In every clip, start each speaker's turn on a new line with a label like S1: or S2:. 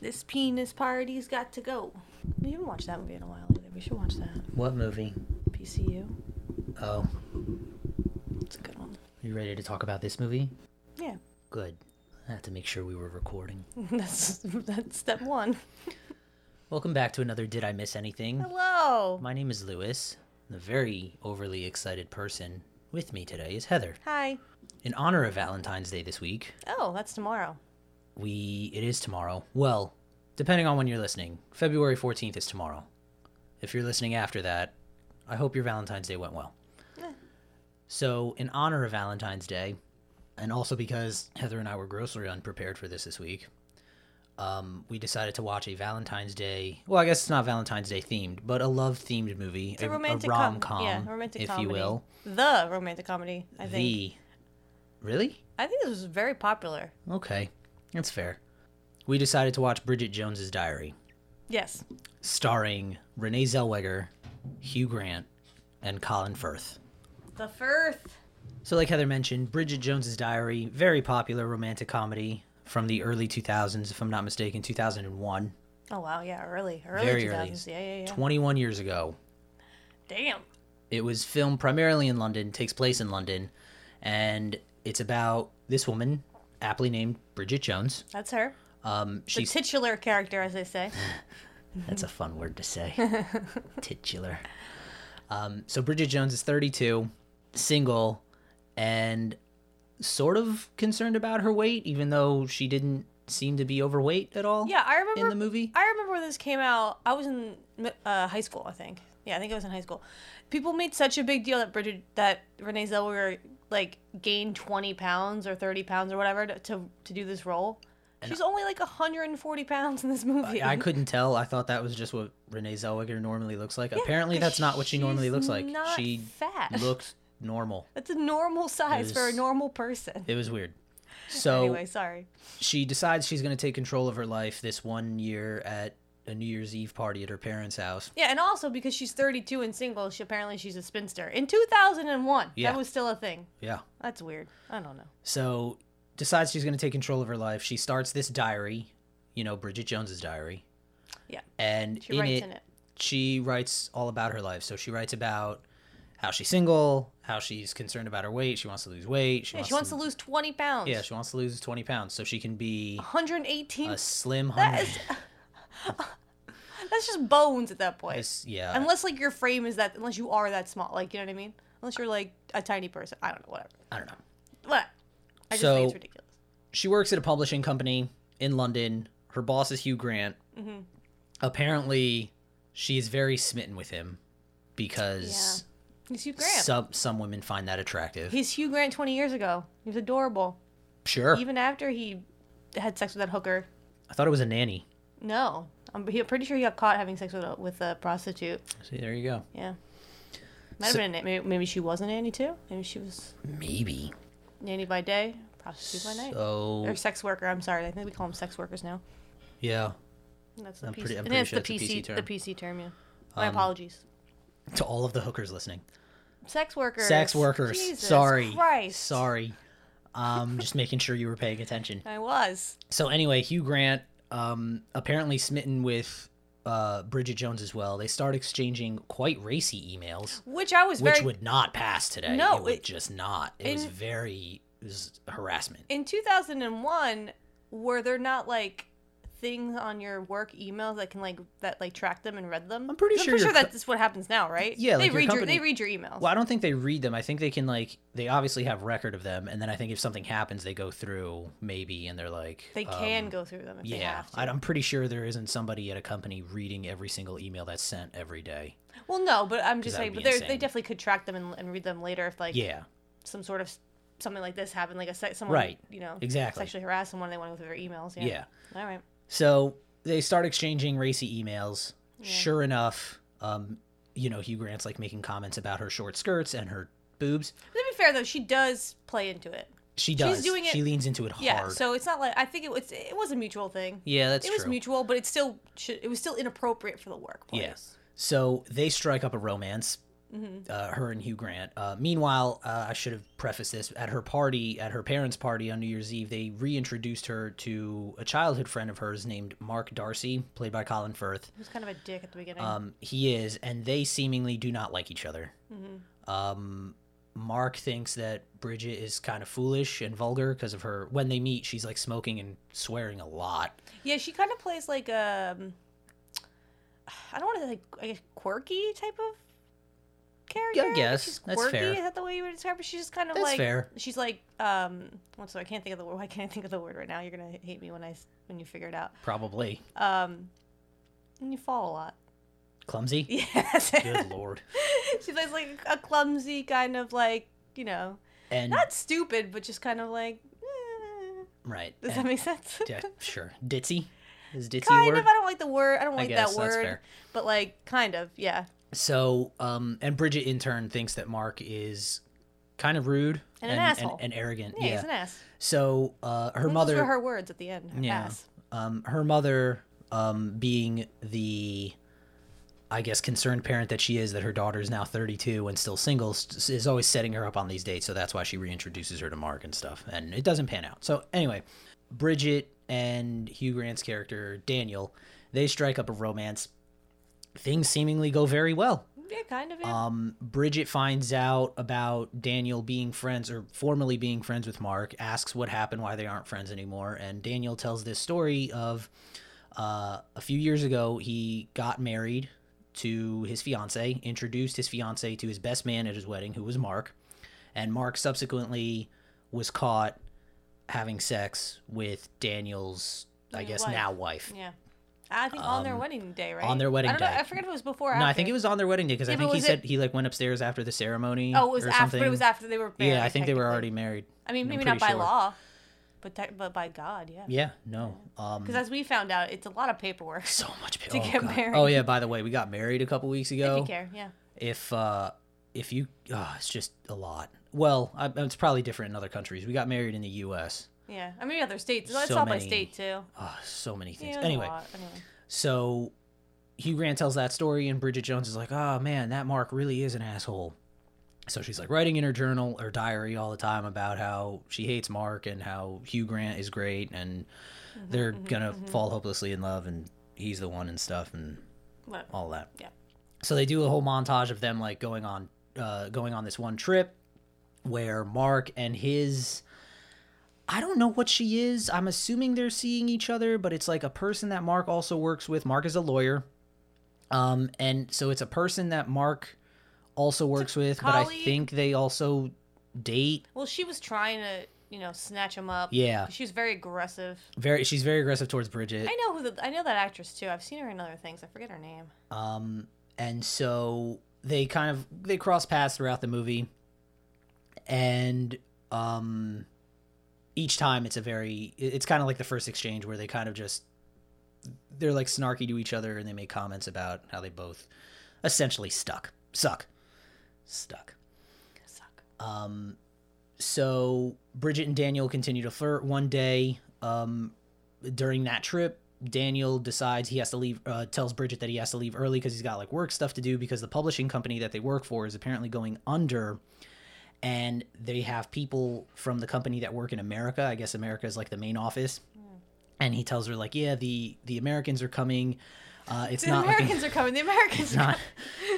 S1: This penis party's got to go.
S2: We haven't watched that movie in a while either. We should watch that.
S3: What movie?
S2: PCU.
S3: Oh,
S2: It's a good one.
S3: you ready to talk about this movie?
S2: Yeah.
S3: Good. I had to make sure we were recording.
S2: That's that's step one.
S3: Welcome back to another Did I Miss Anything?
S2: Hello.
S3: My name is Lewis. The very overly excited person with me today is Heather.
S2: Hi.
S3: In honor of Valentine's Day this week,
S2: Oh, that's tomorrow.
S3: we it is tomorrow. Well, depending on when you're listening, February 14th is tomorrow. If you're listening after that, I hope your Valentine's Day went well. So, in honor of Valentine's Day, and also because Heather and I were grossly unprepared for this this week, um, we decided to watch a Valentine's Day. Well, I guess it's not Valentine's Day themed, but a love themed movie,
S2: It's a romantic
S3: rom
S2: com-
S3: com,
S2: Yeah, romantic
S3: if
S2: comedy.
S3: you will.
S2: The romantic comedy. I think.
S3: The really
S2: I think this was very popular.
S3: okay, that's fair. We decided to watch Bridget Jones's Diary.
S2: Yes.
S3: starring Renee Zellweger, Hugh Grant, and Colin Firth.
S2: The Firth.
S3: So, like Heather mentioned, Bridget Jones's Diary, very popular romantic comedy from the early 2000s, if I'm not mistaken, 2001.
S2: Oh wow. Yeah. Early. Early
S3: Very early.
S2: 2000s. Yeah. Yeah. Yeah.
S3: 21 years ago.
S2: Damn.
S3: It was filmed primarily in London, takes place in London, and it's about this woman, aptly named Bridget Jones.
S2: That's her.
S3: Um,
S2: The
S3: she's
S2: titular character, as they say.
S3: That's a fun word to say. Titular. Um, so Bridget Jones is 32, single, and sort of concerned about her weight, even though she didn't seem to be overweight at all.
S2: Yeah, I remember.
S3: In the movie,
S2: I remember when this came out. I was in uh, high school, I think. Yeah, I think I was in high school. People made such a big deal that Bridget, that Renee Zellweger, like gained twenty pounds or thirty pounds or whatever to to, to do this role. She's only like hundred and forty pounds in this movie.
S3: I couldn't tell. I thought that was just what Renee Zellweger normally looks like. Apparently, that's not what she normally
S2: She's
S3: looks like.
S2: Not
S3: she
S2: fat.
S3: looks normal.
S2: That's a normal size for a
S3: is-
S2: normal person.
S3: It was weird. So
S2: Anyway, sorry.
S3: she decides she's going to take control of her life this one year at a New Year's Eve party at her parents' house.
S2: Yeah, and also because she's 32 and single, she apparently she's a spinster. In 2001,
S3: Yeah.
S2: that was still a thing.
S3: Yeah.
S2: That's weird. I don't know.
S3: So decides she's going to take control of her life. She starts this diary, you know, Bridget Jones's diary.
S2: Yeah.
S3: And
S2: She
S3: in,
S2: writes
S3: it,
S2: in it.
S3: she writes all about her life. So she writes about how she's single, how she's concerned about her weight. She wants to lose weight. She
S2: Yeah,
S3: wants
S2: she wants to
S3: to
S2: lose 20 pounds.
S3: Yeah, she wants to lose 20 pounds so she can be
S2: 118.
S3: a slim
S2: that
S3: 100.
S2: is. that's just bones at that point.
S3: It's- yeah.
S2: Unless, like, your frame is that. Unless you are that small. Like, you know what I mean? Unless you're, like, a tiny person. I don't know. Whatever.
S3: I don't know.
S2: What? I just
S3: So-
S2: think it's ridiculous.
S3: she works at a publishing company in London. Her boss is Hugh Grant.
S2: Mm-hmm.
S3: Apparently, she is very smitten with him because
S2: He's Hugh Grant.
S3: some some women find that attractive.
S2: He's Hugh Grant 20 years ago. He was adorable.
S3: sure,
S2: Even after he had sex with that hooker.
S3: I thought it was a nanny.
S2: No. I'm he- pretty sure he got caught having sex with a, with a prostitute.
S3: See, there you go.
S2: Yeah. Might have
S3: So-
S2: been a na- maybe, maybe she was a nanny too. Maybe she was
S3: Maybe.
S2: nanny by day, prostitute by night.
S3: So
S2: or sex worker. I'm sorry. I think we call them sex workers now.
S3: yeah,
S2: And That's the
S3: I'm
S2: PC.
S3: pretty- I'm
S2: and
S3: pretty
S2: that's the
S3: sure it's a
S2: PC,
S3: PC term. Um,
S2: The PC term. Yeah. My apologies.
S3: to all of the hookers listening,
S2: Sex workers.
S3: sex workers.
S2: Jesus
S3: sorry,
S2: Christ.
S3: sorry. Um, just making sure you were paying attention.
S2: I was.
S3: So anyway, Hugh Grant um, apparently smitten with uh, Bridget Jones as well. They start exchanging quite racy emails,
S2: Which I was
S3: which
S2: very.
S3: would not pass today.
S2: No,
S3: it would
S2: it-
S3: just not. It was
S2: in-
S3: very it was harassment.
S2: In 2001, were there not like things on your work emails that can like that like track them and read them?
S3: I'm pretty
S2: 'Cause I'm
S3: sure
S2: pretty
S3: your
S2: sure
S3: co-
S2: that's what happens now, right?
S3: Yeah,
S2: They
S3: like your
S2: read your
S3: company-
S2: they read your emails.
S3: Well, I don't think they read them. I think they can like they obviously have record of them, and then I think if something happens, they go through maybe, and they're like
S2: They
S3: um,
S2: can go through them if they
S3: Yeah,
S2: have to.
S3: I- I'm pretty sure there isn't somebody at a company reading every single email that's sent every day.
S2: Well, no, but I'm just
S3: that
S2: saying, but
S3: would be
S2: they're- they
S3: insane.
S2: definitely could track them and, and read them later if like
S3: Yeah,
S2: some sort of s- something like this happened, like a se- someone
S3: Right.
S2: you know
S3: Exactly.
S2: sexually harassed someone, they want to go through their emails. Yeah.
S3: yeah.
S2: All right.
S3: So they start exchanging racy emails. Sure enough, um, you know, Hugh Grant's like making comments about her short skirts and her boobs.
S2: But to be fair though, she does play into it.
S3: She does.
S2: doing it-
S3: she leans into it hard.
S2: Yeah. So it's not like I think it was it was a mutual thing.
S3: Yeah, that's
S2: it was
S3: true.
S2: mutual, but it's still should, it was still inappropriate for the work.
S3: Yeah. So they strike up a romance.
S2: Mm-hmm.
S3: uh, her and Hugh Grant. Uh, meanwhile, uh, I should have prefaced this at her party, at her parents' party on New Year's Eve, they reintroduced her to a childhood friend of hers named Mark Darcy, played by Colin Firth.
S2: He was kind of a dick at the beginning.
S3: Um, he is, and they seemingly do not like each other.
S2: Mm-hmm.
S3: Um, Mark thinks that Bridget is kind of foolish and vulgar because of her. When they meet, she's like smoking and swearing a lot.
S2: yeah, she kind of plays like um, I don't want to say like I guess quirky type of character. Like,
S3: guess.
S2: she's
S3: That's
S2: quirky.
S3: fair.
S2: Is that the way you would describe her? She's just kind of
S3: That's
S2: like
S3: fair.
S2: she's like um, what's the I can't think of the word. Why can't I think of the word right now? You're gonna hate me when I s- when you figure it out.
S3: Probably
S2: Um, and you fall a lot.
S3: clumsy.
S2: Yes.
S3: Good lord.
S2: she plays like a clumsy kind of like you know
S3: And
S2: not stupid but just kind of like. eh.
S3: right.
S2: Does
S3: and-
S2: that make sense?
S3: yeah, sure. Ditzy is ditzy a
S2: kind
S3: word.
S2: of. I don't like the word. I don't
S3: I
S2: like
S3: guess
S2: that
S3: that's
S2: word.
S3: fair.
S2: But like, kind of, yeah.
S3: So, um, and Bridget in turn thinks that Mark is kind of rude
S2: And an asshole.
S3: and arrogant.
S2: Yeah,
S3: Yeah.
S2: he's an ass.
S3: So, uh, her
S2: Those
S3: mother,
S2: were her words at the end. her
S3: yeah,
S2: Ass.
S3: um, her mother, um, being the, I guess, concerned parent that she is, that her daughter is now 32 and still single, s- is always setting her up on these dates. So that's why she reintroduces her to Mark and stuff. And it doesn't pan out. So anyway, Bridget and Hugh Grant's character Daniel, they strike up a romance. Things seemingly go very well.
S2: Yeah, kind of. Yeah.
S3: Um, Bridget finds out about Daniel being friends or formerly being friends with Mark, asks what happened, why they aren't friends anymore, and Daniel tells this story of uh, a few years ago he got married to his fiance, introduced his fiance to his best man at his wedding, who was Mark, and Mark subsequently was caught having sex with Daniel's, I
S2: New
S3: guess
S2: wife.
S3: now wife.
S2: yeah. I think on their wedding day, right?
S3: um, their wedding
S2: I don't know,
S3: day.
S2: I forget if it was before. Or
S3: No,
S2: after.
S3: I think it was on their wedding day because I
S2: Yeah, but
S3: think he
S2: was it-
S3: said he like went upstairs after the ceremony.
S2: Oh, it was
S3: or
S2: after. But
S3: something.
S2: it was after they were. Married,
S3: Yeah, I think they were
S2: technically.
S3: already married.
S2: I mean,
S3: I'm
S2: maybe not
S3: pretty
S2: by
S3: sure.
S2: law, but te- but by God, yeah.
S3: Yeah, no. Um,
S2: Because as we found out, it's a lot of paperwork.
S3: so much pa-
S2: to
S3: oh,
S2: get
S3: God.
S2: married.
S3: Oh yeah. By the way, we got married a couple weeks
S2: If
S3: ago.
S2: you care, yeah.
S3: If uh, if you, oh, it's just a lot. Well, I, it's probably different in other countries. We got married in the U.S.
S2: Yeah, I mean other states. That's
S3: So
S2: all by
S3: many
S2: state too.
S3: Oh, so many
S2: Yeah,
S3: things.
S2: it was a
S3: anyway,
S2: lot, anyway.
S3: so Hugh Grant tells that story, and Bridget Jones is like, "Oh man, that Mark really is an asshole." So she's like writing in her journal or diary all the time about how she hates Mark and how Hugh Grant is great, and they're gonna fall hopelessly in love, and he's the one and stuff, and
S2: What-
S3: all that.
S2: Yeah.
S3: So they do a whole montage of them like going on, uh, going on this one trip where Mark and his. I don't know what she is. I'm assuming they're seeing each other, but it's like a person that Mark also works with. Mark is a lawyer. Um, and so it's a person that Mark also works with, but I
S2: colleague?
S3: think they also date.
S2: Well, she was trying to, you know, snatch him up.
S3: Yeah.
S2: She was very aggressive.
S3: Very she's very aggressive towards Bridget.
S2: I know who the, I know that actress too. I've seen her in other things. I forget her name.
S3: um and so they kind of they cross paths throughout the movie and um each time it's a very it- it's kind of like the first exchange where they kind of just they're like snarky to each other and they make comments about how they both essentially stuck suck stuck
S2: Suck.
S3: um, so Bridget and Daniel continue to flirt. One day, um, during that trip, Daniel decides he has to leave. Uh, tells Bridget that he has to leave early because he's got like work stuff to do because the publishing company that they work for is apparently going under, and they have people from the company that work in America. I guess America is like the main office.
S2: Hmm.
S3: And he tells her like, yeah, the the Americans are coming. Uh, it's
S2: The
S3: not looking
S2: Americans are coming. The Americans
S3: it's
S2: are
S3: not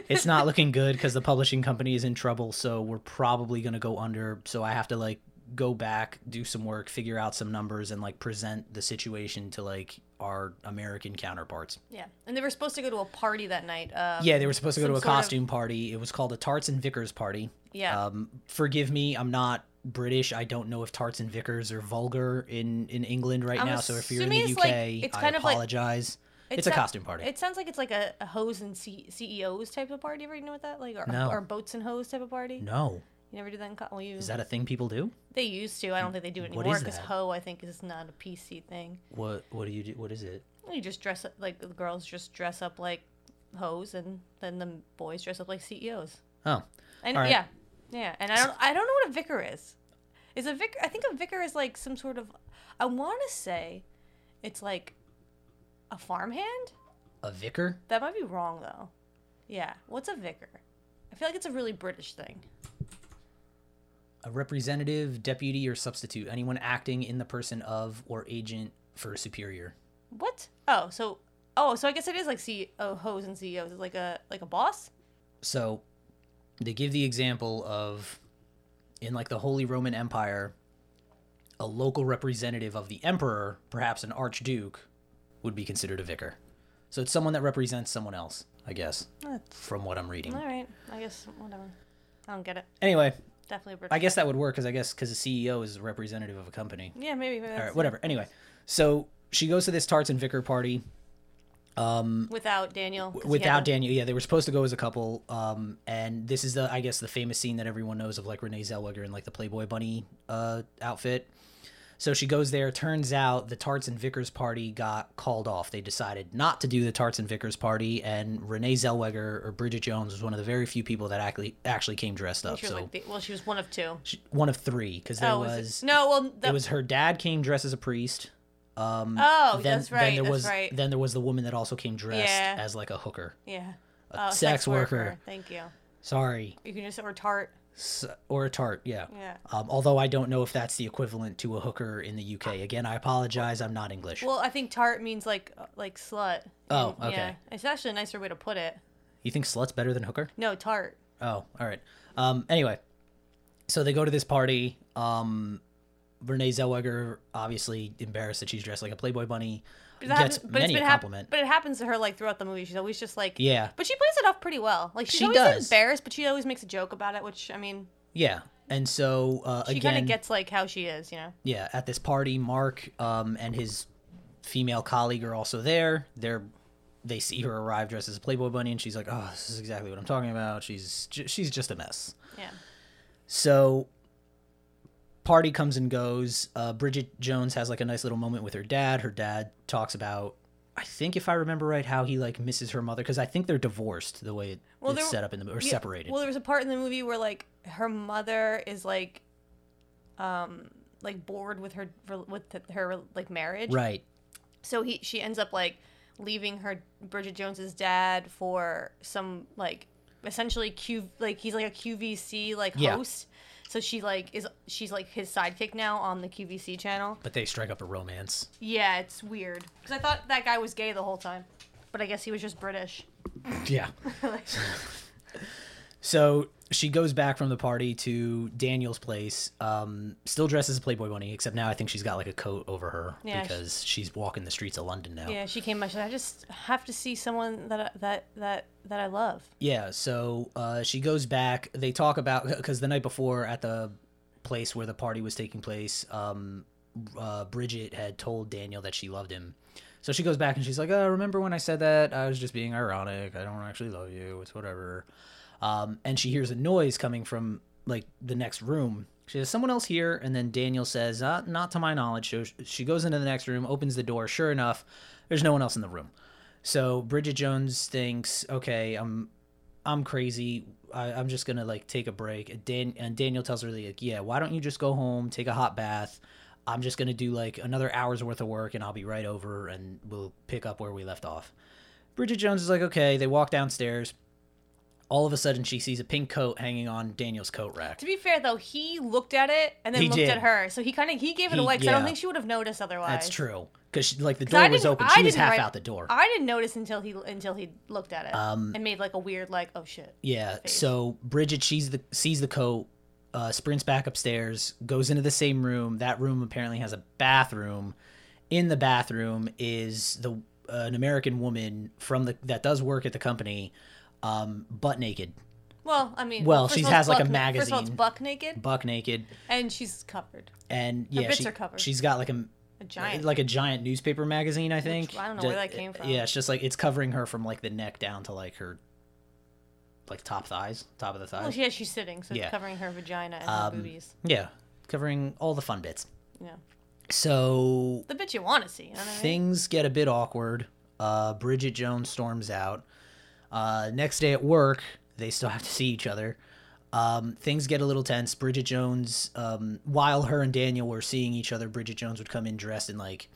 S3: it's not looking good because the publishing company is in trouble so we're probably going to go under so i have to like go back do some work figure out some numbers and like present the situation to like our american counterparts
S2: Yeah. And they were supposed to go to a party that night. Um,
S3: yeah they were supposed to go
S2: some
S3: to a
S2: sort of-
S3: costume party it was called a tarts and vickers party
S2: Yeah.
S3: um, forgive me i'm not british i don't know if tarts and vickers are vulgar in in england right
S2: I'm
S3: now so if you're in the
S2: assuming
S3: uk
S2: it's like- it's
S3: i
S2: kind of like-
S3: apologize
S2: It
S3: it's a
S2: sou-
S3: costume party
S2: It sounds like it's like a, a hose and C- CEOs type of party. You ever know what that like? Or,
S3: No.
S2: or boats and hose type of party?
S3: no
S2: You never did that in co- well, you,
S3: is that a thing people do
S2: They used to. I don't think they do it
S3: What
S2: anymore
S3: is
S2: because
S3: that?
S2: hoe I think is not a PC thing.
S3: what what do you do what is it
S2: You just dress up like the girls just dress up like hoes, and then the boys dress up like CEOs.
S3: oh
S2: And
S3: All right.
S2: yeah, yeah. And I don't, I don't know what a vicar is. Is a vicar? I think a vicar is like some sort of. I want to say, it's like a farmhand.
S3: a vicar
S2: That might be wrong though. Yeah. What's a vicar? I feel like it's a really British thing.
S3: a representative, deputy, or substitute, anyone acting in the person of or agent for a superior.
S2: What? Oh, so oh, so I guess it is like CEOs and CEOs. It's like a like a boss.
S3: So they give the example of in like the Holy Roman Empire, a local representative of the emperor, perhaps an archduke, would be considered a vicar. So it's someone that represents someone else, I guess,
S2: That's-
S3: from what I'm reading.
S2: All right, I guess whatever. I don't get it.
S3: Anyway,
S2: Definitely a British.
S3: I guess that would work because I guess because the CEO is a representative of a company.
S2: Yeah, maybe. maybe
S3: All right,
S2: that's-
S3: whatever. Anyway, so she goes to this tarts and vicar party.
S2: Without Daniel. 'cause he had
S3: without
S2: to-
S3: Daniel. Yeah, they were supposed to go as a couple. Um, and this is the I guess the famous scene that everyone knows of like Renee Zellweger in like the Playboy Bunny uh outfit. So she goes there. Turns out the Tarts and Vickers party got called off. They decided not to do the Tarts and Vickers party, and Renee Zellweger or Bridget Jones was one of the very few people that actually actually came dressed up.
S2: She was
S3: So
S2: like the, well, she was one of two.
S3: she- one of three, because there
S2: oh,
S3: was,
S2: it- no. Well,
S3: it
S2: that
S3: was her dad came dressed as a priest.
S2: Oh,
S3: then,
S2: that's right.
S3: Then there
S2: that's
S3: was
S2: right.
S3: then there was the woman that also came dressed
S2: Yeah.
S3: as like a hooker.
S2: yeah. Oh,
S3: a sex worker.
S2: Thank you.
S3: Sorry,
S2: You can just or tart.
S3: S- or a tart, yeah.
S2: Yeah.
S3: Um, although I don't know if that's the equivalent to a hooker in the UK. Again, I apologize. I'm not English.
S2: Well, I think tart means like uh, like slut.
S3: Oh,
S2: And- Yeah.
S3: okay.
S2: It's actually a nicer way to put it.
S3: you think slut's better than hooker?
S2: No, tart.
S3: Oh, all right. Um, anyway, so they go to this party. Um, Renee Zellweger, obviously embarrassed that she's dressed like a Playboy bunny,
S2: But that
S3: gets
S2: happens- but it's
S3: many a
S2: been hap-
S3: compliment.
S2: but it happens to her like throughout the movie. She's always just like
S3: yeah,
S2: But she plays it off pretty well. Like she's
S3: She
S2: always
S3: does.
S2: embarrassed, but she always makes a joke about it. Which I mean,
S3: yeah. And so uh,
S2: she kind
S3: again,
S2: of gets like how she is, you know.
S3: yeah, at this party, Mark um, and his female colleague are also there. They're they see her arrive dressed as a Playboy bunny, and she's like, "Oh, this is exactly what I'm talking about." She's ju- she's just a mess.
S2: Yeah.
S3: So party comes and goes. Uh, Bridget Jones has like a nice little moment with her dad. Her dad talks about. I think if I remember right, how he like misses her mother because I think they're divorced the way it,
S2: Well,
S3: it's
S2: there-
S3: set up in the or
S2: Yeah,
S3: separated.
S2: Well, there was a part in the movie where like her mother is like, um, like bored with her with her like marriage.
S3: right.
S2: So he she ends up like leaving her Bridget Jones's dad for some like essentially Q like he's like a QVC like
S3: Yeah.
S2: host. So she like is she's like his sidekick now on the QVC channel.
S3: But they strike up a romance.
S2: Yeah, it's weird. Because I thought that guy was gay the whole time. But I guess he was just British.
S3: Yeah. so she goes back from the party to Daniel's place, um, still dressed as a Playboy bunny, except now I think she's got like a coat over her
S2: Yeah, she-
S3: because she's walking the streets of London now.
S2: Yeah, she came back. She's like, I just have to see someone that I, that that that I love.
S3: Yeah, so uh, she goes back. They talk about because the night before at the place where the party was taking place, um, uh, Bridget had told Daniel that she loved him. So she goes back and she's like, "Oh, remember when I said that? I was just being ironic. I don't actually love you. It's whatever." Um, and she hears a noise coming from like the next room. She says, "Someone else here." And then Daniel says, uh, "Not to my knowledge." So she goes into the next room, opens the door. Sure enough, there's no one else in the room. So Bridget Jones thinks, "Okay, I'm I'm crazy. I, I'm just gonna like take a break. And Dan and Daniel tells her like, yeah, why don't you just go home, take a hot bath? I'm just gonna do like another hour's worth of work, and I'll be right over, and we'll pick up where we left off. Bridget Jones is like, okay. They walk downstairs. All of a sudden, she sees a pink coat hanging on Daniel's coat rack.
S2: To be fair though, he looked at it and then
S3: He
S2: looked
S3: did.
S2: at her. So he kind of he gave it
S3: He-
S2: away because I
S3: yeah.
S2: don't think she would have noticed otherwise.
S3: That's true, because like the
S2: 'Cause I
S3: door was
S2: didn't-
S3: open.
S2: I
S3: She was
S2: didn't
S3: half
S2: write-
S3: out the door.
S2: I didn't notice until he until he looked at it
S3: Um,
S2: and made like a weird like oh shit.
S3: Yeah. So Bridget sees the sees the coat, uh, sprints back upstairs, goes into the same room. That room apparently has a bathroom. In the bathroom is the uh, an American woman from the that does work at the company, um, butt naked,
S2: Well, I mean,
S3: Well,
S2: first
S3: she
S2: of all,
S3: has,
S2: it's
S3: like, a
S2: buck- First of all, it's
S3: magazine.
S2: buck naked
S3: buck naked,
S2: and she's covered.
S3: and yeah,
S2: bits
S3: she,
S2: are covered.
S3: she's got like a
S2: A giant.
S3: Uh, like a giant newspaper magazine, I think.
S2: I don't know where that came from.
S3: Yeah, it's just like it's covering her from like the neck down to like her, like top thighs, top of the thighs.
S2: well, yeah, she's sitting, so
S3: uh, Yeah. Um,
S2: it's covering her vagina and her boobies.
S3: yeah, covering all the fun bits.
S2: Yeah.
S3: So
S2: the bitch you want to see. You know what I mean?
S3: things get a bit awkward. Uh, Bridget Jones storms out. Uh, next day at work, they still have to see each other. Um, things get a little tense. Bridget Jones, um, while her and Daniel were seeing each other, Bridget Jones would come in dressed in like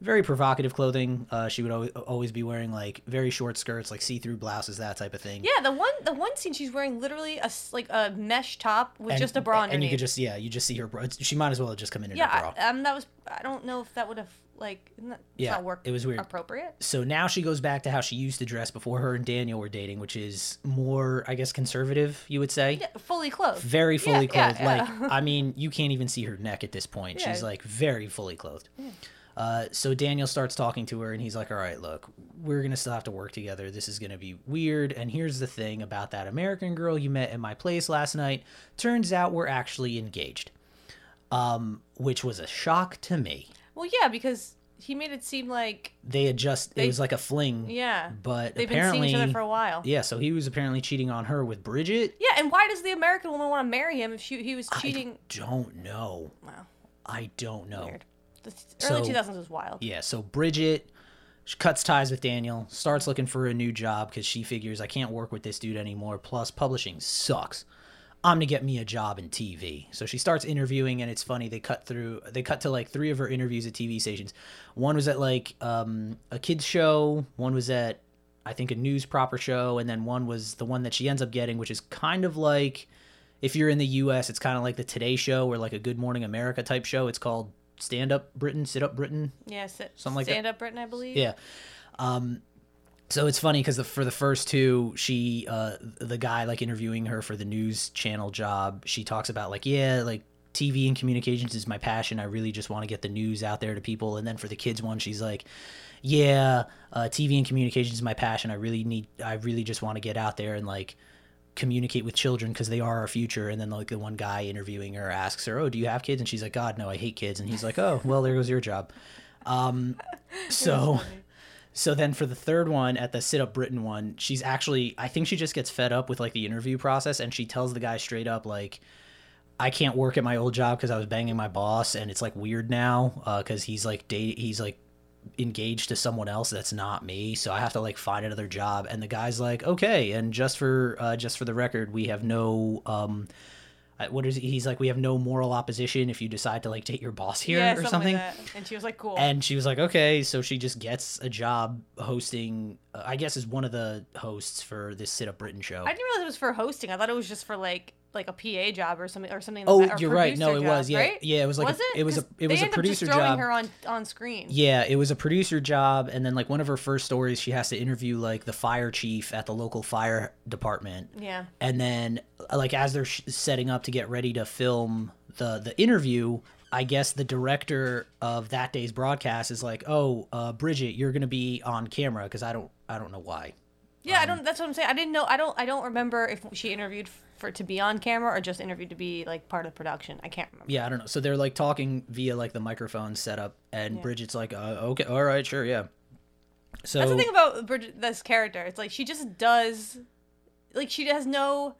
S3: very provocative clothing. Uh, she would al- always be wearing like very short skirts, like see-through blouses, that type of thing.
S2: Yeah, the one the one scene she's wearing literally a s- like a mesh top with
S3: and,
S2: just a bra underneath.
S3: And you could just yeah, you just see her bra. She might as well have just come in in her
S2: yeah,
S3: bra.
S2: I, um, that was I don't know if that would have like isn't that, it's
S3: Yeah,
S2: not work.
S3: it was weird.
S2: Appropriate.
S3: so now she goes back to how she used to dress before her and Daniel were dating, which is more, I guess, conservative. You would say.
S2: Yeah, fully clothed.
S3: Very
S2: Yeah,
S3: fully
S2: yeah,
S3: clothed.
S2: yeah.
S3: Like I mean, you can't even see her neck at this point.
S2: Yeah.
S3: She's like very fully clothed. Uh, so Daniel starts talking to her, and he's like, "All right, look, we're gonna still have to work together. This is gonna be weird." And here's the thing about that American girl you met at my place last night. Turns out we're actually engaged, um, which was a shock to me.
S2: well, yeah, because he made it seem like
S3: They had just it was like a fling,
S2: yeah,
S3: But
S2: they've been
S3: apparently,
S2: seeing each other for a while.
S3: yeah. So he was apparently cheating on her with Bridget.
S2: Yeah, and why does the American woman want to marry him if she he was cheating?
S3: Don't know.
S2: Wow,
S3: I don't know.
S2: weird. The early
S3: So-
S2: two thousands was wild.
S3: Yeah, so Bridget she cuts ties with Daniel, starts looking for a new job because she figures I can't work with this dude anymore. Plus, publishing sucks. I'm gonna get me a job in TV. So she starts interviewing, and it's funny they cut through. They cut to like three of her interviews at TV stations. One was at like um, a kids show. One was at I think a news proper show, and then one was the one that she ends up getting, which is kind of like if you're in the U.S., it's kind of like the Today Show or like a Good Morning America type show. It's called Stand Up Britain, Sit Up Britain,
S2: Yeah, sit,
S3: Something like that.
S2: stand up Britain, I believe.
S3: yeah. Um, so it's funny because the, for the first two, she, uh, the guy like interviewing her for the news channel job, she talks about like, yeah, like TV and communications is my passion. I really just want to get the news out there to people. And then for the kids one, she's like, yeah, uh, TV and communications is my passion. I really need, I really just want to get out there and like communicate with children because they are our future. And then like the one guy interviewing her asks her, oh, do you have kids? And she's like, God, no, I hate kids. And he's like, oh, well, there goes your job. Um, so. So then for the third one at the sit up Britain one, she's actually I think she just gets fed up with like the interview process and she tells the guy straight up like I can't work at my old job cuz I was banging my boss and it's like weird now uh, cuz he's like date he's like engaged to someone else that's not me so I have to like find another job and the guy's like okay and just for uh, just for the record we have no um uh, what is he? he's like we have no moral opposition if you decide to like date your boss here
S2: yeah,
S3: or
S2: something.
S3: something
S2: Like that. And she was like, "Cool."
S3: and she was like, okay. So she just gets a job hosting, uh, I guess, is one of the hosts for this Sit Up Britain show.
S2: I didn't realize it was for hosting. I thought it was just for like like a PA job or something or something.
S3: Oh,
S2: like that, or
S3: you're right. No,
S2: producer
S3: it was.
S2: job,
S3: Yeah.
S2: right?
S3: Yeah, it was like a- it was a-
S2: 'Cause
S3: it
S2: they
S3: was a
S2: end up
S3: producer
S2: just throwing
S3: job.
S2: her on on screen.
S3: yeah, it was a producer job. And then, like, one of her first stories, she has to interview, like, the fire chief at the local fire department.
S2: Yeah.
S3: and then like as they're sh- setting up to get ready to film the the interview i guess the director of that day's broadcast is like oh uh, bridget you're gonna be on camera because i don't i don't know why
S2: Yeah,
S3: Um,
S2: I don't. That's what I'm saying. I didn't know. I don't. I don't remember if she interviewed for to be on camera or just interviewed to be like part of production. I can't remember.
S3: yeah i don't know so they're like talking via like the microphone setup and bridget's like uh, okay all right sure yeah so
S2: That's the thing about Bridget, this character. It's like she just does, like she has no,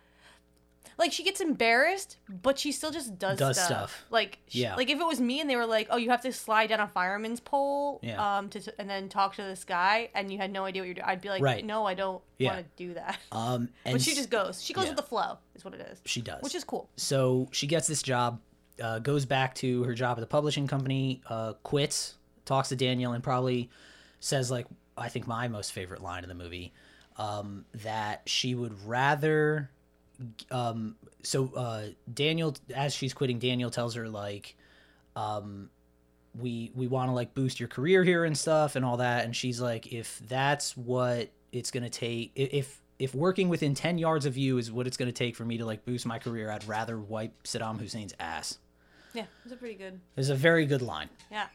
S2: like she gets embarrassed, but she still just does,
S3: Does
S2: stuff.
S3: stuff.
S2: Like she,
S3: Yeah.
S2: like if it was me and they were like, oh, you have to slide down a fireman's pole,
S3: Yeah.
S2: um, to t- and then talk to this guy, and you had no idea what you're doing, I'd be like,
S3: Right.
S2: no, I don't
S3: Yeah.
S2: want to do that.
S3: um and
S2: but she just goes. She goes
S3: yeah.
S2: with the flow, is what it is.
S3: she does
S2: Which is cool.
S3: so she gets this job, uh, goes back to her job at the publishing company, uh, quits, talks to Daniel, and probably says like I think my most favorite line in the movie um, that she would rather. Um, so uh, Daniel, as she's quitting, Daniel tells her like, um, we we want to like boost your career here and stuff and all that, and she's like, if that's what it's gonna take, i- if if working within 10 yards of you is what it's going to take for me to like boost my career i'd rather wipe saddam hussein's ass
S2: Yeah, it's a pretty good.
S3: it's a very good line
S2: Yeah,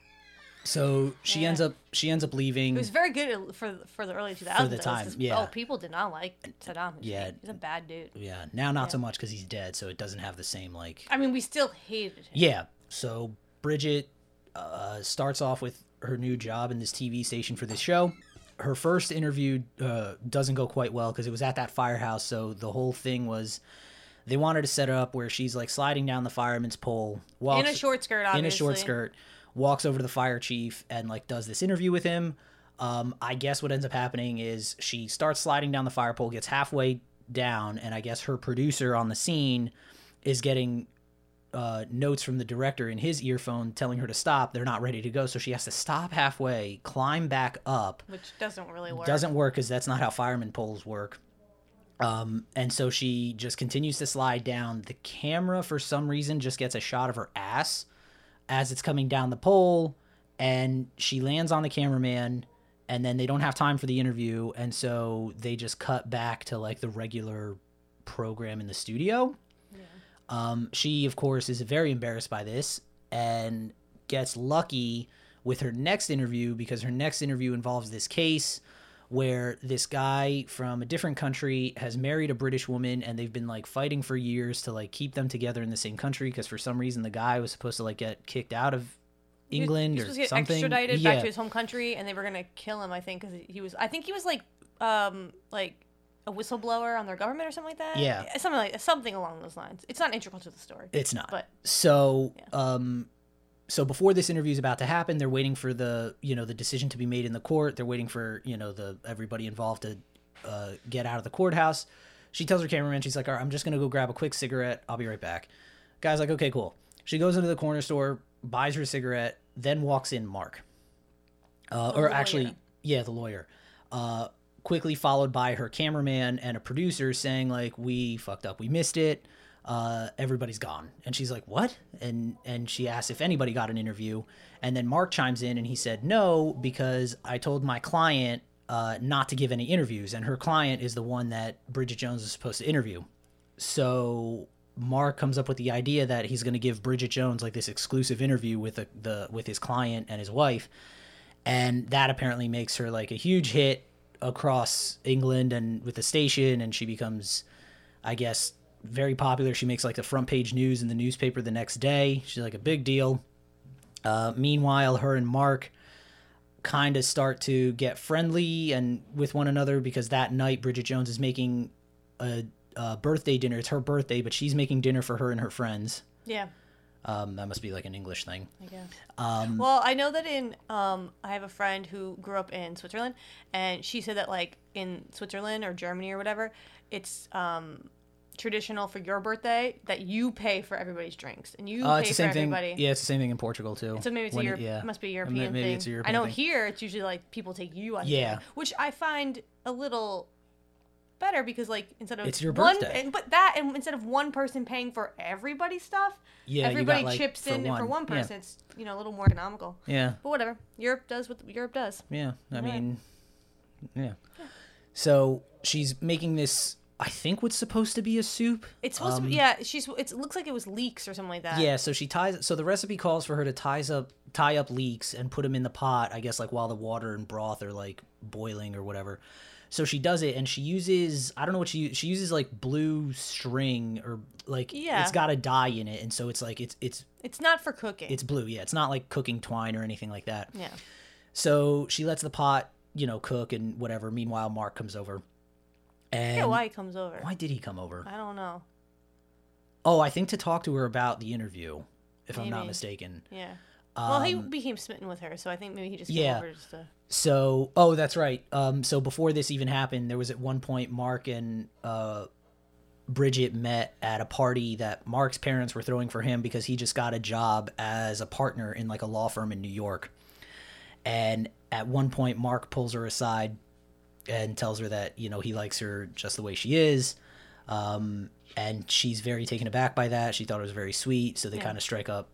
S3: so she ends up she ends up leaving
S2: it was very good for for the early 2000s.
S3: the time,
S2: It's just-
S3: yeah.
S2: Oh, people did not like Saddam. Hussein.
S3: Yeah.
S2: he's a bad dude.
S3: yeah now not so much because he's dead so it doesn't have the same like
S2: I mean, we still hated him.
S3: Yeah. So Bridget uh, starts off with her new job in this TV station for this show. Her first interview uh, doesn't go quite well because it was at that firehouse. So the whole thing was they wanted to set up where she's like sliding down the fireman's pole walks,
S2: in a short skirt, obviously.
S3: in a short skirt, walks over to the fire chief and like does this interview with him. Um, I guess what ends up happening is she starts sliding down the fire pole, gets halfway down, and I guess her producer on the scene is getting uh, notes from the director in his earphone telling her to stop. They're not ready to go, so she has to stop halfway, climb back up.
S2: which doesn't really work.
S3: Doesn't work because that's not how fireman poles work. Um, and so she just continues to slide down. The camera, for some reason, just gets a shot of her ass as it's coming down the pole, and she lands on the cameraman. And then they don't have time for the interview, and so they just cut back to like the regular program in the studio. Um, she, of course, is very embarrassed by this and gets lucky with her next interview because her next interview involves this case where this guy from a different country has married a British woman and they've been like fighting for years to like keep them together in the same country because for some reason the guy was supposed to like get kicked out of
S2: He was-
S3: England
S2: he
S3: or
S2: was supposed to get
S3: something.
S2: Extradited
S3: yeah.
S2: back to his home country, and they were gonna kill him. I think because he was. I think he was like, um, like a whistleblower on their government or something like that.
S3: Yeah.
S2: something like something along those lines. It's not integral to the story.
S3: It's not.
S2: But-
S3: so, um, so before this interview is about to happen, they're waiting for the you know the decision to be made in the court. They're waiting for you know the everybody involved to uh, get out of the courthouse. She tells her cameraman, she's like, "All right, I'm just gonna go grab a quick cigarette. I'll be right back." Guy's like, "Okay, cool." She goes into the corner store, buys her a cigarette, then walks in Mark, uh, or
S2: lawyer.
S3: actually, yeah, the lawyer. Uh, quickly followed by her cameraman and a producer saying like, "We fucked up. We missed it. Uh, everybody's gone." And she's like, "What?" And and she asks if anybody got an interview, and then Mark chimes in and he said, "No, because I told my client." Uh, not to give any interviews, and her client is the one that Bridget Jones is supposed to interview. So Mark comes up with the idea that he's going to give Bridget Jones like this exclusive interview with the, the with his client and his wife, and that apparently makes her like a huge hit across England and with the station, and she becomes, I guess, very popular. She makes like the front page news in the newspaper the next day. She's like a big deal. Uh, meanwhile, her and Mark kind of start to get friendly and with one another because that night Bridget Jones is making a, a birthday dinner. It's her birthday, but she's making dinner for her and her friends.
S2: yeah,
S3: Um, that must be like an English thing.
S2: I guess.
S3: Um,
S2: Well, I know that in um, I have a friend who grew up in Switzerland, and she said that like in Switzerland or Germany or whatever, it's um, traditional for your birthday that you pay for everybody's drinks and you
S3: uh,
S2: pay
S3: it's the same
S2: for
S3: thing.
S2: everybody.
S3: Yeah, it's the same thing in Portugal too.
S2: So maybe it's
S3: When
S2: a
S3: it-
S2: Europe,
S3: yeah.
S2: must be a
S3: May-
S2: European
S3: maybe
S2: thing.
S3: it's a
S2: I
S3: European
S2: know
S3: thing.
S2: here it's usually like people take you out. to
S3: Yeah.
S2: dinner, which I find a little better because like instead of
S3: It's your
S2: one,
S3: birthday.
S2: and- but that and instead of one person paying for everybody's stuff,
S3: Yeah, you got,
S2: everybody
S3: like,
S2: chips
S3: for
S2: in and for one
S3: one. Yeah.
S2: person. It's you know a little more economical.
S3: Yeah,
S2: But whatever, Europe does what Europe does.
S3: yeah. I
S2: Right.
S3: mean, yeah. So she's making this. I think what's supposed to be a soup.
S2: It's supposed to be yeah. She's it looks like it was leeks or something like that.
S3: Um, Yeah, so she ties. So the recipe calls for her to ties up, tie up leeks and put them in the pot. I guess like while the water and broth are like boiling or whatever. So she does it, and she uses I don't know what she u- she uses like blue string or like
S2: Yeah.
S3: it's got a dye in it, and so it's like it's it's
S2: It's not for cooking.
S3: it's blue. Yeah, it's not like cooking twine or anything like that.
S2: yeah.
S3: So she lets the pot you know cook and whatever. Meanwhile, Mark comes over. And
S2: Yeah, why he comes over?
S3: why did he come over?
S2: I don't know.
S3: Oh, I think to talk to her about the interview, if I'm not
S2: Maybe.
S3: mistaken.
S2: Yeah. well, he became smitten with her, so I think maybe he just came
S3: Um, yeah.
S2: over just to.
S3: So, oh, that's right. Um, so before this even happened, there was at one point Mark and uh, Bridget met at a party that Mark's parents were throwing for him because he just got a job as a partner in like a law firm in New York. And at one point, Mark pulls her aside and tells her that you know he likes her just the way she is. Um, and she's very taken aback by that. She thought it was very sweet, so they kind of strike up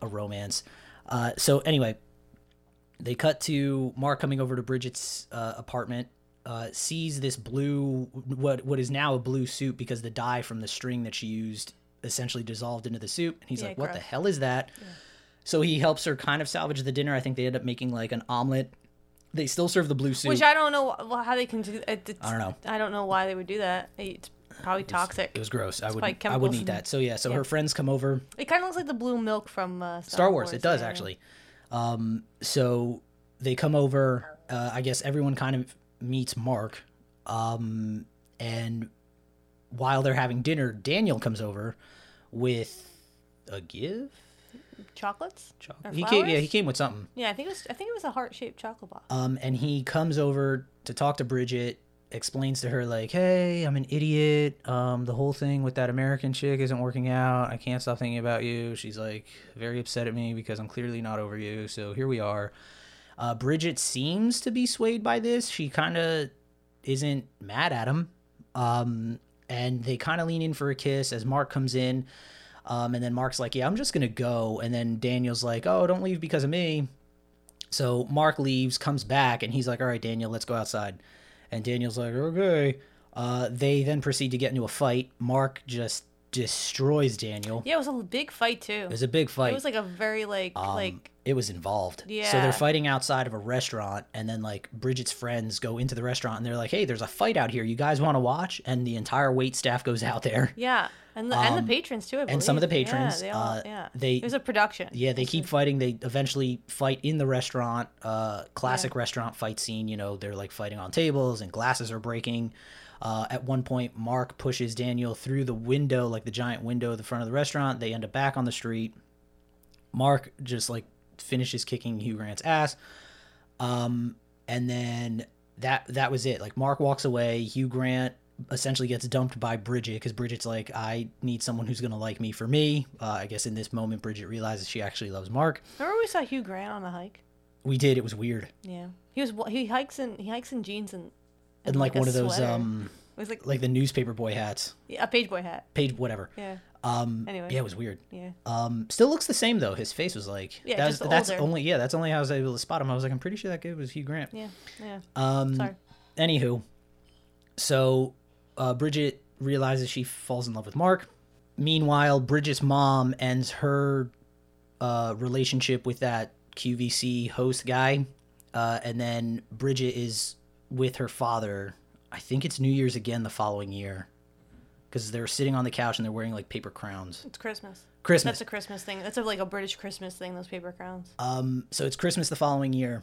S3: a romance. Uh, so anyway, they cut to Mark coming over to Bridget's uh, apartment. Uh, sees this blue, what what is now a blue suit because the dye from the string that she used essentially dissolved into the soup, and he's
S2: Yeah,
S3: like, "What the
S2: gross.
S3: hell is that?" So he helps her kind of salvage the dinner. I think they end up making like an omelet. They still serve the blue soup.
S2: Which I don't know wh- how they can do. It, it's,
S3: I don't know.
S2: I don't know why they would do that. It's probably toxic.
S3: It was gross. I
S2: probably
S3: would I wouldn't
S2: chemicals
S3: eat
S2: and-
S3: that. So yeah, so her friends come over.
S2: It kind of looks like the blue milk from uh,
S3: Star Wars. It does
S2: yeah.
S3: actually. Um, so they come over. Uh, I guess everyone kind of meets Mark. Um, and while they're having dinner, Daniel comes over with a give.
S2: Chocolates. Or
S3: He came. Yeah,
S2: flowers?
S3: he came with something.
S2: Yeah, I think it was. I think it was a heart shaped chocolate box.
S3: Um, and he comes over to talk to Bridget, explains to her like, "Hey, I'm an idiot. Um, the whole thing with that American chick isn't working out. I can't stop thinking about you." She's like very upset at me because I'm clearly not over you. So here we are. Uh, Bridget seems to be swayed by this. She kind of isn't mad at him. Um, and they kind of lean in for a kiss as Mark comes in. Um, and then Mark's like, "Yeah, I'm just gonna go." And then Daniel's like, "Oh, don't leave because of me." So Mark leaves, comes back, and he's like, "All right, Daniel, let's go outside." And Daniel's like, "Okay." Uh, they then proceed to get into a fight. Mark just destroys Daniel.
S2: Yeah, it was a big fight too.
S3: It was a big fight.
S2: It was like a very like
S3: Um,
S2: like
S3: it was involved. So
S2: Yeah.
S3: they're fighting outside of a restaurant, and then like Bridget's friends go into the restaurant, and they're like, "Hey, there's a fight out here. You guys want to watch?" And the entire wait staff goes out there.
S2: yeah, and the, and the patrons too. I believe.
S3: um, and some of the
S2: Yeah,
S3: patrons,
S2: they all,
S3: uh,
S2: yeah,
S3: they-
S2: it was a production.
S3: Yeah, they keep fighting. They eventually fight in the restaurant. Uh, classic restaurant fight scene. You know, they're like fighting on tables and glasses are breaking. Uh, at one point, Mark pushes Daniel through the window, like the giant window at the front of the restaurant. They end up back on the street. Mark just like finishes kicking Hugh Grant's ass. Um, and then that that was it. Like Mark walks away. Hugh Grant essentially gets dumped by Bridget because Bridget's like, I need someone who's gonna like me for me. Uh, I guess in this moment, Bridget realizes she actually loves Mark.
S2: Remember we saw Hugh Grant on a hike.
S3: We did. It was weird.
S2: Yeah, he was wa- he hikes in he hikes in jeans and
S3: And like,
S2: a
S3: one of those
S2: sweater.
S3: um
S2: it was like,
S3: like the newspaper boy hats,
S2: a page boy hat.
S3: page whatever.
S2: Yeah,
S3: Um,
S2: Anyway.
S3: yeah, it was weird.
S2: yeah.
S3: Um, still looks the same though. His face was like
S2: Yeah,
S3: that
S2: just
S3: was- that's
S2: older.
S3: only yeah that's only how I was able to spot him. I was like, I'm pretty sure that kid was Hugh Grant.
S2: Yeah, yeah.
S3: Um,
S2: Sorry.
S3: Anywho, so uh, Bridget realizes she falls in love with Mark. Meanwhile, Bridget's mom ends her uh, relationship with that QVC host guy, uh, and then Bridget is with her father. I think it's New Year's again the following year, because they're sitting on the couch and they're wearing like paper crowns.
S2: It's Christmas.
S3: Christmas.
S2: That's a Christmas thing. That's a, like a British Christmas thing. Those paper crowns.
S3: Um, so it's Christmas the following year,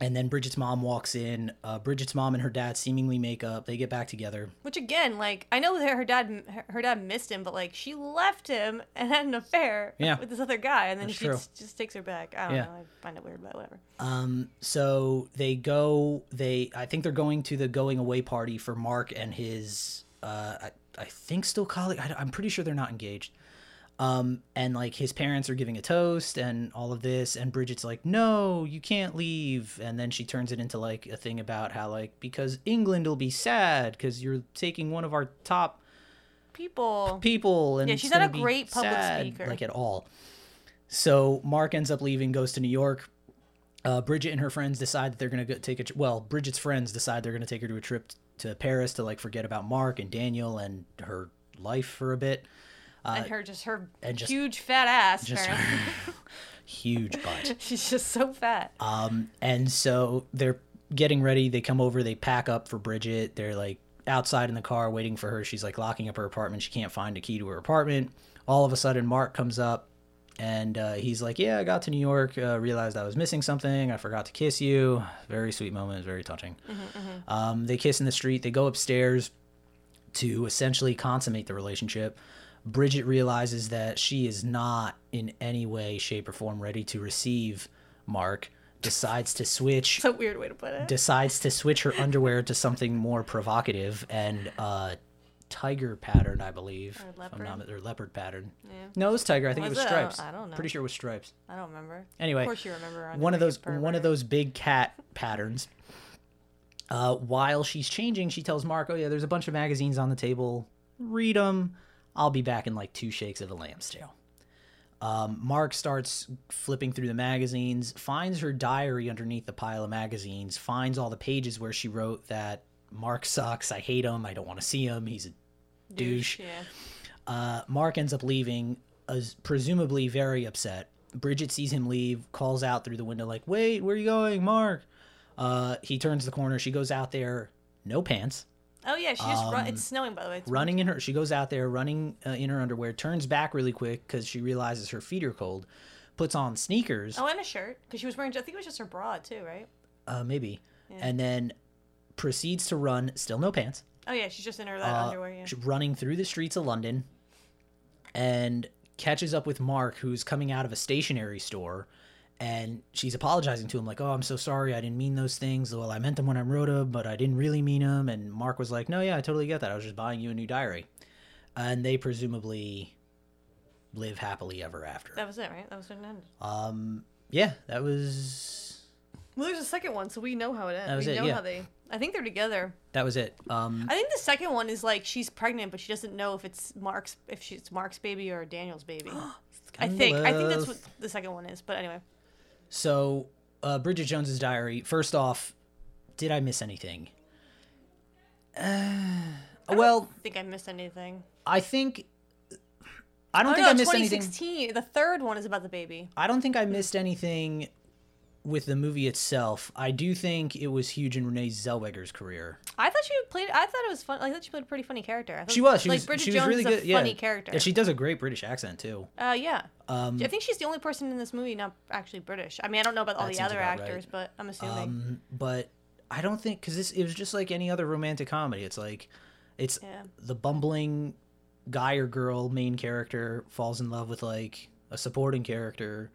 S3: and then Bridget's mom walks in. Uh, Bridget's mom and her dad seemingly make up. They get back together.
S2: Which again, like I know that her dad, her, her dad missed him, but like she left him and had an affair
S3: Yeah.
S2: with this other guy, and then
S3: That's
S2: she
S3: true.
S2: just, just takes her back. I don't
S3: Yeah.
S2: know. I find it weird, but whatever.
S3: Um, so they go. They I think they're going to the going away party for Mark and his. Uh, I, I think still colleague. I, am pretty sure they're not engaged. Um, and like his parents are giving a toast and all of this, and Bridget's like, "No, you can't leave." And then she turns it into like a thing about how like because England will be sad because you're taking one of our top
S2: People.
S3: people and
S2: Yeah,
S3: it's
S2: she's not
S3: gonna
S2: a
S3: be
S2: great public
S3: sad,
S2: speaker.
S3: like at all so mark ends up leaving goes to new york uh, bridget and her friends decide that they're going to go take a tr- well bridget's friends decide they're going to take her to a trip t- to paris to like forget about mark and daniel and her life for a bit
S2: and her just her
S3: uh, and just-
S2: huge fat ass.
S3: just
S2: apparently.
S3: huge butt
S2: She's just so fat.
S3: Um, and so they're getting ready. They come over. They pack up for Bridget. They're like outside in the car waiting for her. She's like locking up her apartment. She can't find a key to her apartment. All of a sudden, Mark comes up and uh, he's like, Yeah, I got to New York, uh, realized I was missing something. I forgot to kiss you. Very sweet moment. Very touching. Um, they kiss in the street. They go upstairs to essentially consummate the relationship. Bridget realizes that she is not in any way, shape, or form ready to receive Mark. Decides to switch.
S2: It's a weird way to put it.
S3: decides to switch her underwear to something more provocative and uh, tiger pattern, I believe.
S2: Or
S3: if I'm
S2: leopard.
S3: not- or leopard pattern. No, it was tiger. I think
S2: Was
S3: it was
S2: it?
S3: stripes.
S2: I don't know.
S3: Pretty sure it was stripes.
S2: I don't remember.
S3: Anyway,
S2: of course you remember.
S3: one
S2: underwear,
S3: of those
S2: you pervert.
S3: one of those big cat patterns. Uh, while she's changing, she tells Mark, "Oh yeah, there's a bunch of magazines on the table. Read them. I'll be back in like two shakes of a lamb's tail." Um, Mark starts flipping through the magazines, finds her diary underneath the pile of magazines, finds all the pages where she wrote that Mark sucks, I hate him, I don't want to see him, he's a douche.
S2: Yeah.
S3: Uh, Mark ends up leaving, as presumably very upset. Bridget sees him leave, calls out through the window, like, wait, where are you going, Mark? Uh, he turns the corner. She goes out there, no pants,
S2: Oh yeah, she just run.
S3: um,
S2: It's snowing by the way. It's
S3: running in her. She goes out there, running uh, in her underwear, turns back really quick because she realizes her feet are cold, puts on sneakers,
S2: Oh, and a shirt because she was wearing. I think it was just her bra too, right?
S3: uh, maybe, and then proceeds to run, still no pants,
S2: Oh yeah, she's just in her that
S3: uh,
S2: underwear. Yeah.
S3: sh- running through the streets of London and catches up with Mark, who's coming out of a stationery store. and she's apologizing to him like oh i'm so sorry i didn't mean those things well i meant them when i wrote them but i didn't really mean them and mark was like no yeah i totally get that i was just buying you a new diary and they presumably live happily ever after
S2: That was it, right? That was when it ended.
S3: um yeah that was
S2: Well, there's a second one, so we know how it ends.
S3: was
S2: we
S3: it,
S2: know
S3: yeah.
S2: how they. I think they're together.
S3: that was it um
S2: I think the second one is like she's pregnant, but she doesn't know if it's Mark's if she, it's Mark's baby or Daniel's baby. I think I think that's what the second one is. But anyway,
S3: So, uh, Bridget Jones's diary. First off, did I miss anything? Uh, well,
S2: I think I missed anything.
S3: I think I don't
S2: Oh,
S3: think
S2: no,
S3: I missed anything.
S2: 2016. The third one is about the baby.
S3: I don't think I missed anything with the movie itself. I do think it was huge in Renee Zellweger's career.
S2: I thought she played. I thought it was fun. I thought she played a pretty funny character. I thought,
S3: She was. She
S2: like
S3: was.
S2: Bridget
S3: she was
S2: Jones
S3: really
S2: is
S3: good.
S2: a
S3: yeah.
S2: funny character.
S3: And she does a great British accent too.
S2: uh, yeah.
S3: Um,
S2: I think she's the only person in this movie not actually British. I mean, I don't know about all
S3: That
S2: the
S3: seems
S2: other
S3: about
S2: actors,
S3: right.
S2: but I'm assuming.
S3: Um, but I don't think because this it was just like any other romantic comedy. It's like it's
S2: Yeah.
S3: the bumbling guy or girl main character falls in love with like a supporting character.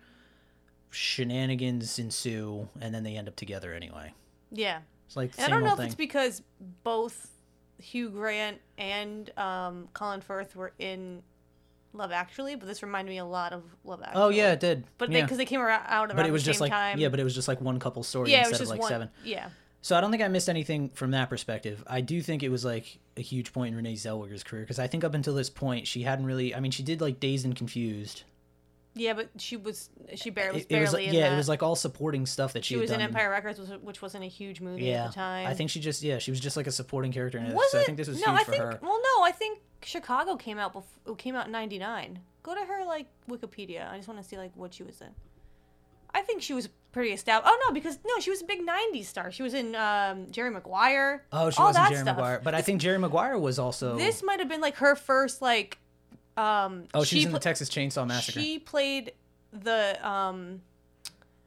S3: Shenanigans ensue, and then they end up together anyway.
S2: yeah.
S3: It's like the
S2: And I
S3: same
S2: don't know
S3: old
S2: if
S3: thing.
S2: it's because both Hugh Grant and um, Colin Firth were in Love Actually, but this reminded me a lot of Love Actually.
S3: oh yeah, it did.
S2: But
S3: yeah.
S2: because they, came around, out around
S3: but it was
S2: the same
S3: just like
S2: time.
S3: yeah, but it was just like one couple story
S2: Yeah, it was
S3: instead
S2: just
S3: of like
S2: one.
S3: seven.
S2: Yeah.
S3: So I don't think I missed anything from that perspective. I do think it was like a huge point in Renee Zellweger's career because I think up until this point she hadn't really. I mean, she did like Dazed and Confused.
S2: Yeah, but she was she barely was
S3: It, it was
S2: barely
S3: like,
S2: in
S3: yeah,
S2: that.
S3: it was like all supporting stuff that
S2: she
S3: she, had
S2: was in
S3: done.
S2: Empire Records, which- which wasn't a huge movie
S3: Yeah,
S2: at the time.
S3: I think she just yeah she was just like a supporting character in it.
S2: was
S3: so
S2: it?
S3: I think this was
S2: no,
S3: huge
S2: I
S3: for
S2: think
S3: her.
S2: well, no, I think Chicago came out before came out in '99. Go to her like Wikipedia. I just want to see like what she was in. I think she was pretty established. Oh no, because no, she was a big '90s star. She was in um, Jerry Maguire.
S3: Oh, she
S2: all
S3: wasn't
S2: that
S3: Jerry
S2: stuff.
S3: Maguire, but I think Jerry Maguire was also.
S2: This might have been like her first like. Um,
S3: oh, she was
S2: she
S3: in the
S2: pla-
S3: Texas Chainsaw Massacre.
S2: She played the um,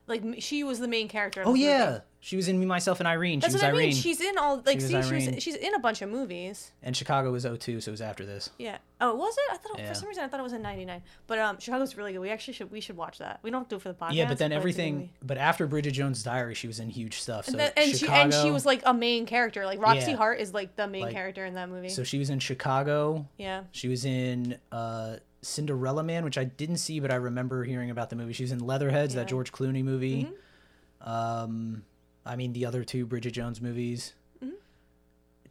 S2: like m- she was the main character. Of
S3: oh
S2: this movie.
S3: yeah, she was in Me, Myself, and Irene.
S2: that's
S3: she was
S2: what I
S3: Irene,
S2: mean. She's in all like
S3: was
S2: see, she
S3: Irene.
S2: was, she's in a bunch of movies.
S3: and Chicago was 02, so it was after this.
S2: Yeah. Oh, was it? I thought it,
S3: Yeah.
S2: for some reason I thought it was in '99. But um, Chicago's really good. We actually should we should watch that. We don't have to do it for the podcast.
S3: Yeah, but then
S2: it's a
S3: everything.
S2: movie.
S3: But after Bridget Jones' Diary, she was in huge stuff. So
S2: And, then- and she and she
S3: Chicago-
S2: was like a main character. Like Roxy
S3: Yeah.
S2: Hart is like the main
S3: Like-
S2: character in that movie.
S3: So she was in Chicago.
S2: yeah.
S3: She was in uh, Cinderella Man, which I didn't see, but I remember hearing about the movie. She was in Leatherheads, that George Clooney movie.
S2: Mm-hmm.
S3: Um, I mean, the other two Bridget Jones movies.
S2: Mm-hmm.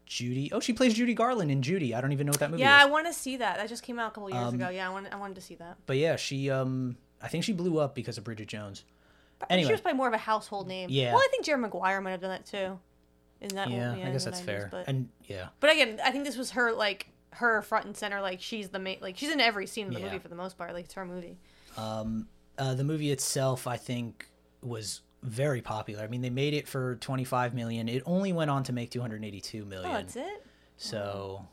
S3: Judy. Oh, she plays Judy Garland in Judy. I don't even know what that movie
S2: Yeah, I
S3: is. Um,
S2: want to see that. That just came out a couple years ago. Yeah, I wanted I wanted to see that.
S3: But yeah, she. Um, I think she blew up because of Bridget Jones.
S2: But
S3: Anyway.
S2: she was probably more of a household name.
S3: Yeah.
S2: Well, I think Jerry Maguire might have done that too. Isn't that
S3: Yeah,
S2: old?
S3: I
S2: Oh, in
S3: guess
S2: the
S3: that's
S2: 90s,
S3: fair.
S2: But,
S3: And yeah,
S2: but again, I think this was her like her front and center. Like she's the main. Like she's in every scene of the
S3: Yeah.
S2: movie for the most part. Like it's her movie.
S3: uh, the movie itself, I think, was very popular. I mean, they made it for 25 million. It only went on to make 282 million.
S2: Oh, that's it.
S3: So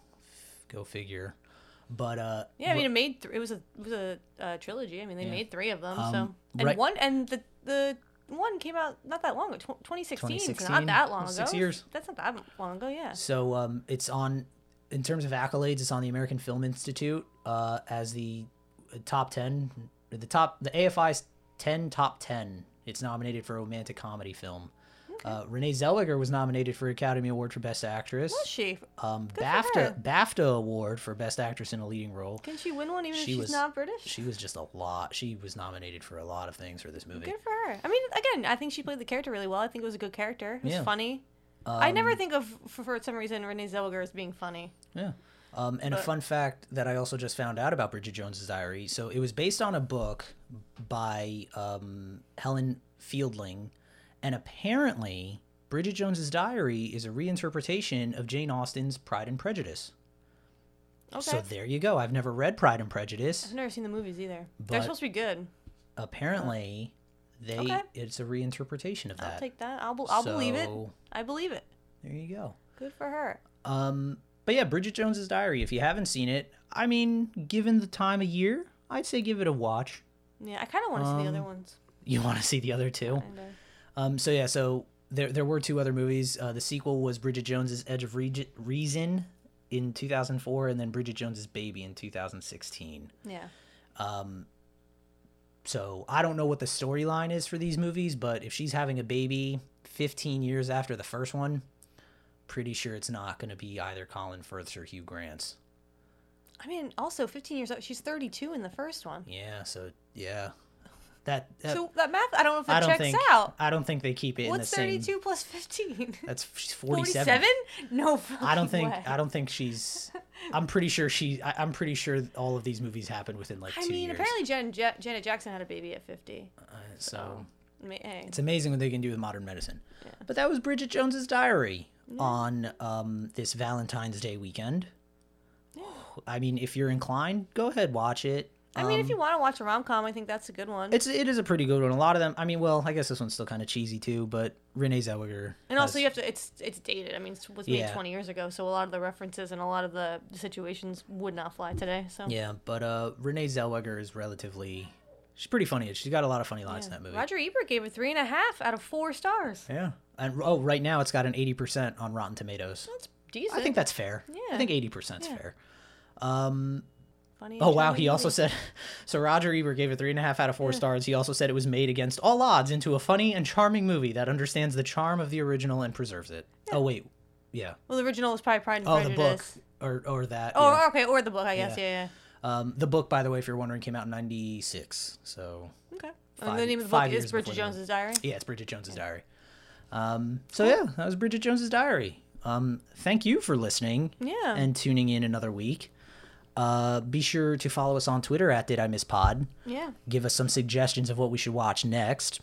S3: go figure. But uh
S2: Yeah, I mean, it made th- it was a it was a uh, trilogy. I mean, they made three of them. so
S3: Um,
S2: and
S3: right-
S2: one and the the one came out not that long ago, tw- 2016. It's not
S3: 2016,
S2: that long ago.
S3: six years.
S2: That's not that long ago. Yeah.
S3: so um it's on in terms of accolades, it's on the American Film Institute uh as the uh, top 10 the top the AFI's 10 top 10. It's nominated for a romantic comedy film. Uh, Renee Zellweger was nominated for Academy Award for Best Actress.
S2: Is she
S3: Um,
S2: for her.
S3: BAFTA BAFTA Award for Best Actress in a Leading Role.
S2: can she win one even if
S3: She
S2: she's
S3: was-
S2: not British?
S3: She was just a lot. She was nominated for a lot of things for this movie.
S2: Good for her. I mean, again, I think she played the character really well. I think it was a good character. It was
S3: Yeah. Um,
S2: funny. I never think of for, for some reason Renee Zellweger as being funny.
S3: Yeah. Um, and
S2: Uh,
S3: a fun fact that I also just found out about Bridget Jones's Diary. So it was based on a book by um, Helen Fielding, and apparently Bridget Jones's Diary is a reinterpretation of Jane Austen's Pride and Prejudice.
S2: Okay.
S3: So there you go. I've never read Pride and
S2: I've
S3: Prejudice.
S2: never seen the movies either.
S3: But-
S2: They're supposed to be good.
S3: Apparently, they
S2: Okay.
S3: it's a reinterpretation of that.
S2: I'll take that. I'll, be- I'll believe it.
S3: So-
S2: I believe it.
S3: There you go.
S2: Good for her.
S3: Um, but yeah, Bridget Jones's Diary. If you haven't seen it, I mean, given the time of year, I'd say give it a watch.
S2: Yeah, I kind of want to see the other
S3: Um,
S2: ones.
S3: You want to see the other two?
S2: Kinda.
S3: Um, so yeah, so there there were two other movies. Uh, the sequel was Bridget Jones's Edge of Regi- Reason in 2004, and then Bridget Jones's Baby in 2016.
S2: Yeah.
S3: Um, So I don't know what the storyline is for these movies, but if she's having a baby 15 years after the first one, pretty sure it's not going to be either Colin Firth's or Hugh Grant's.
S2: I mean, also 15 years old. She's 32 in the first one.
S3: Yeah, so yeah, that, that
S2: So that math, I don't know if it
S3: I don't
S2: checks
S3: think
S2: out.
S3: I don't think they keep it
S2: What's
S3: in the
S2: 32
S3: same.
S2: plus 15?
S3: That's she's 47.
S2: 47? No fucking
S3: I don't think
S2: way.
S3: I don't think she's. I'm pretty sure she. I, I'm pretty sure all of these movies happened within like
S2: I
S3: two
S2: mean,
S3: years.
S2: apparently Jen, Ja- Janet Jackson had a baby at 50.
S3: Uh, so
S2: I mean, hey.
S3: it's amazing what they can do with modern medicine. But that was Bridget Jones's Diary
S2: Mm.
S3: on um, this Valentine's Day weekend. I mean, if you're inclined, go ahead watch it.
S2: I mean, if you want to watch a rom com, I think that's a good one.
S3: um, It's it is a pretty good one. A lot of them. I mean, well, I guess this one's still kind of cheesy too. But Renee Zellweger.
S2: And also,
S3: has-
S2: you have to. It's it's dated. I mean, it was made
S3: Yeah.
S2: 20 years ago, so a lot of the references and a lot of the situations would not fly today. So
S3: Yeah, but uh, Renee Zellweger is relatively. She's pretty funny. She's got a lot of funny lines in that movie.
S2: Roger Ebert gave it three and a half out of four stars.
S3: Yeah. And oh, right now it's got an 80% on Rotten Tomatoes.
S2: That's decent.
S3: I think that's fair. I
S2: Yeah.
S3: think 80% is fair.
S2: Funny
S3: Oh, wow. He
S2: enjoyable
S3: also
S2: movie.
S3: said so Roger Ebert gave it three and a half out of four stars. He also said it was made against all odds into a funny and charming movie that understands the charm of the original and preserves it. Oh, wait. Yeah.
S2: Well, the original was probably Pride and
S3: Oh, the book.
S2: Prejudice.
S3: Or, or that.
S2: Oh,
S3: yeah.
S2: okay, or the book, I guess. Yeah, yeah.
S3: Um, the book, by the way, if you're wondering, came out in 96. So,
S2: Okay.
S3: Five-
S2: and the name of the
S3: five
S2: book is
S3: years before
S2: Bridget
S3: the movie.
S2: Jones's Diary.
S3: yeah, it's Bridget Jones's Diary. Um, so, yeah, that was Bridget Jones's Diary. Um, thank you for listening.
S2: Yeah.
S3: and tuning in another week. Uh, be sure to follow us on Twitter at Did I Miss Pod.
S2: yeah.
S3: Give us some suggestions of what we should watch next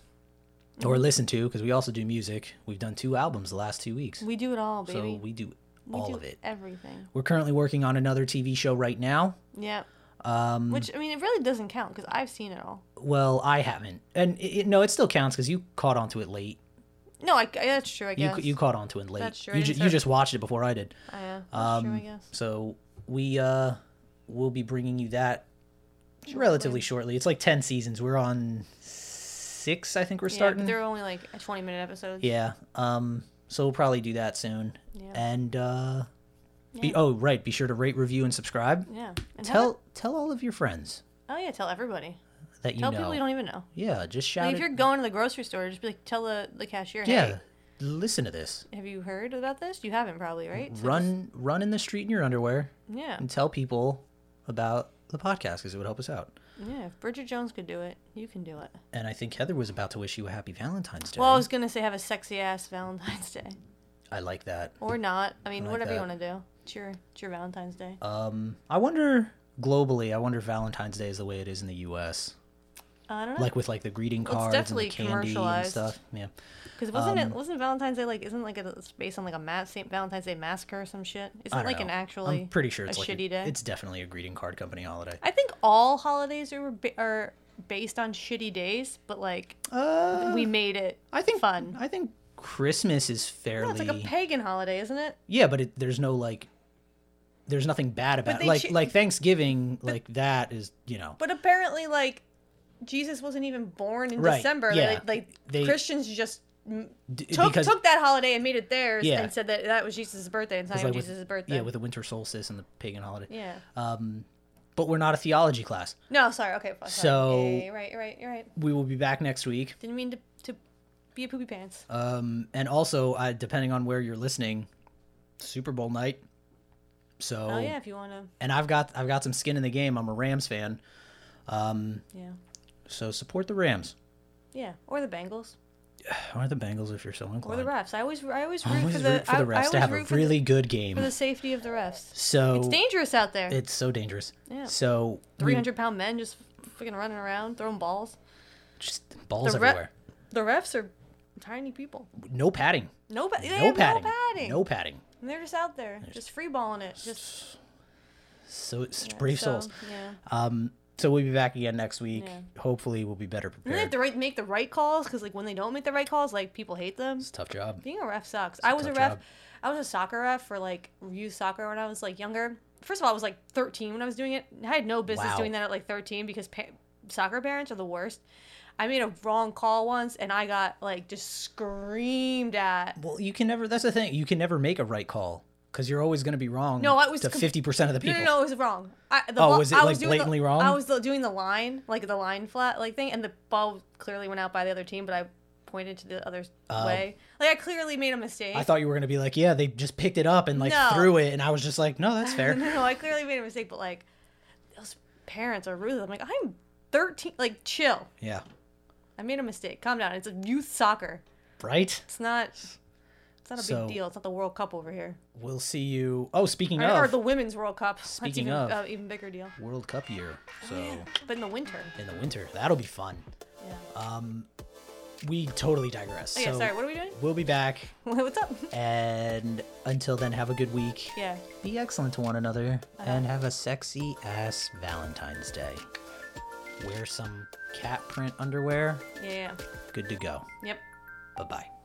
S3: or listen to because we also do music. We've done two albums the last two weeks.
S2: We do it all, baby.
S3: so we do
S2: We
S3: all
S2: do
S3: of it.
S2: Everything.
S3: We're currently working on another TV show right now.
S2: Yeah. Um, Which I mean, it really doesn't count because I've seen it all.
S3: Well, I haven't. And it, it- no, it still counts because you caught onto it late.
S2: No, I, I- that's true. I
S3: You,
S2: guess.
S3: you caught onto it late.
S2: That's true. I
S3: You,
S2: didn't
S3: ju- you
S2: start-
S3: just watched it before I did.
S2: Oh, yeah,
S3: um,
S2: that's true. I guess.
S3: So we uh will be bringing you that relatively shortly. It's like 10 seasons. We're on 6, I think we're
S2: Yeah, but
S3: starting.
S2: they're only like a 20 minute episodes.
S3: Yeah. Um so we'll probably do that soon.
S2: Yeah.
S3: And uh be, oh, right, be sure to rate, review and subscribe.
S2: Yeah. And have
S3: Tell tell all of your friends
S2: it- oh yeah, tell everybody.
S3: that you
S2: Tell
S3: know.
S2: people you don't even know.
S3: yeah, just shout
S2: Like, if
S3: it.
S2: you're going to the grocery store, just be like, tell the, the cashier, hey,
S3: yeah. Listen to this.
S2: have you heard about this? You haven't probably, right? So
S3: Run run in the street in your underwear
S2: just- yeah.
S3: and tell people about the podcast cuz it would help us out.
S2: Yeah. If Bridget Jones could do it, you can do it.
S3: And I think Heather was about to wish you a happy Valentine's Day.
S2: Well, I was going to say have a sexy ass Valentine's Day.
S3: I like that.
S2: Or not. I Uh, mean,
S3: like
S2: whatever you
S3: that.
S2: want to do. It's your, it's your Valentine's Day.
S3: I wonder globally. I wonder if Valentine's Day is the way it is in the U.S.
S2: I don't know.
S3: Like with like the greeting
S2: it's
S3: cards and
S2: definitely
S3: the candy and
S2: commercialized.
S3: stuff. Yeah,
S2: Because wasn't it wasn't Valentine's Day like isn't like a, it's based on like a mass Saint Valentine's Day massacre or some shit? Isn't
S3: I
S2: it
S3: don't
S2: like
S3: know.
S2: an actually
S3: I'm pretty sure
S2: a
S3: it's like a-
S2: shitty day?
S3: It's definitely a greeting card company holiday.
S2: I think all holidays are ba- are based on shitty days, but like
S3: Uh,
S2: we made it.
S3: I think
S2: fun.
S3: I think Christmas is
S2: No,
S3: fairly
S2: it's like a pagan holiday, isn't it?
S3: yeah, but it, there's no like there's nothing bad about it.
S2: they
S3: like
S2: choo-
S3: like Thanksgiving like that is you know
S2: But apparently, like Jesus wasn't even born in
S3: Right,
S2: December.
S3: yeah.
S2: Like, like
S3: They-
S2: Christians just m-
S3: d-
S2: took
S3: because
S2: took that holiday and made it theirs,
S3: Yeah.
S2: and said that that was Jesus' birthday, and it's not
S3: it's
S2: even
S3: like with-
S2: Jesus' birthday.
S3: yeah with uh, the winter solstice and the pagan holiday.
S2: Yeah.
S3: But we're not a theology class.
S2: no, sorry. Okay. Fuck, sorry.
S3: So-
S2: Yeah, yeah, yeah, you're right. You're right. You're right.
S3: We will be back next week.
S2: Didn't mean to to be a poopy pants. Oh,
S3: Um, and also, uh, depending on where you're listening, Super Bowl night. So,
S2: oh yeah, if you wanna.
S3: and I've got I've got some skin in the game. I'm a Rams fan,
S2: Yeah.
S3: so support the Rams
S2: Yeah. Or the Bengals.
S3: or the Bengals if you're so
S2: Or
S3: inclined.
S2: the refs. I always I always root
S3: I always
S2: for the
S3: root for the
S2: I- I
S3: refs to
S2: always
S3: have a
S2: root for the-
S3: really good game.
S2: for the safety of the refs.
S3: so
S2: It's dangerous out there.
S3: it's so dangerous.
S2: Yeah.
S3: So we-
S2: Three hundred pound men just freaking running around throwing balls.
S3: just balls
S2: the re-
S3: everywhere.
S2: The refs are tiny people.
S3: No padding.
S2: No, pa- they
S3: No
S2: have
S3: padding.
S2: no padding.
S3: No padding.
S2: And they're just out there, just free balling it. Just
S3: So such brave
S2: so,
S3: souls.
S2: Yeah.
S3: Um. So we'll be back again next week.
S2: Yeah.
S3: Hopefully, we'll be better
S2: And they have
S3: prepared.
S2: to right, make the right calls because like when they don't make the right calls, like people hate them.
S3: It's a tough job.
S2: Being a ref sucks. I was a
S3: tough
S2: ref.
S3: job.
S2: I was a soccer ref for like youth soccer when I was like younger. First of all, I was like 13 when I was doing it. I had no business
S3: Wow.
S2: doing that at like 13 because pa- soccer parents are the worst. I made a wrong call once and I got like just screamed at.
S3: Well, you can never. That's the thing. You can never make a right call because you're always going to be wrong.
S2: No, I was
S3: to
S2: com-
S3: fifty percent of the
S2: No,
S3: people.
S2: no, no, it was wrong. I, the
S3: Oh,
S2: ball-
S3: was it,
S2: I
S3: like,
S2: doing
S3: blatantly
S2: the,
S3: wrong?
S2: I was the- doing the line, like the line flat, like thing, and the ball clearly went out by the other team, but I pointed to the other
S3: Oh.
S2: way. Like I clearly made a mistake.
S3: I thought you were going to be like, yeah, they just picked it up and like
S2: No.
S3: threw it, and I was just like, no, that's fair.
S2: no, I clearly made a mistake, but like those parents are ruthless. I'm like, I'm 13. Like, chill.
S3: yeah,
S2: I made a mistake. Calm down. It's a youth soccer.
S3: right.
S2: It's not. It's not a
S3: So-
S2: big deal. It's not the World Cup over here,
S3: We'll see you. Oh, speaking
S2: or, or
S3: of
S2: the Women's World Cup. That's
S3: Speaking
S2: even
S3: of.
S2: uh, even bigger deal.
S3: World Cup year,
S2: Oh,
S3: so
S2: But in the winter.
S3: in the winter, that'll be fun.
S2: Yeah.
S3: We totally digress.
S2: Okay,
S3: Uh, so
S2: Oh, sorry. What are we doing?
S3: we'll be back,
S2: What's up?
S3: and until then, have a good week.
S2: Yeah.
S3: Be excellent to one another, and have a sexy ass Valentine's Day. Wear some cat print underwear.
S2: Yeah.
S3: Good to go.
S2: Yep.
S3: Bye bye.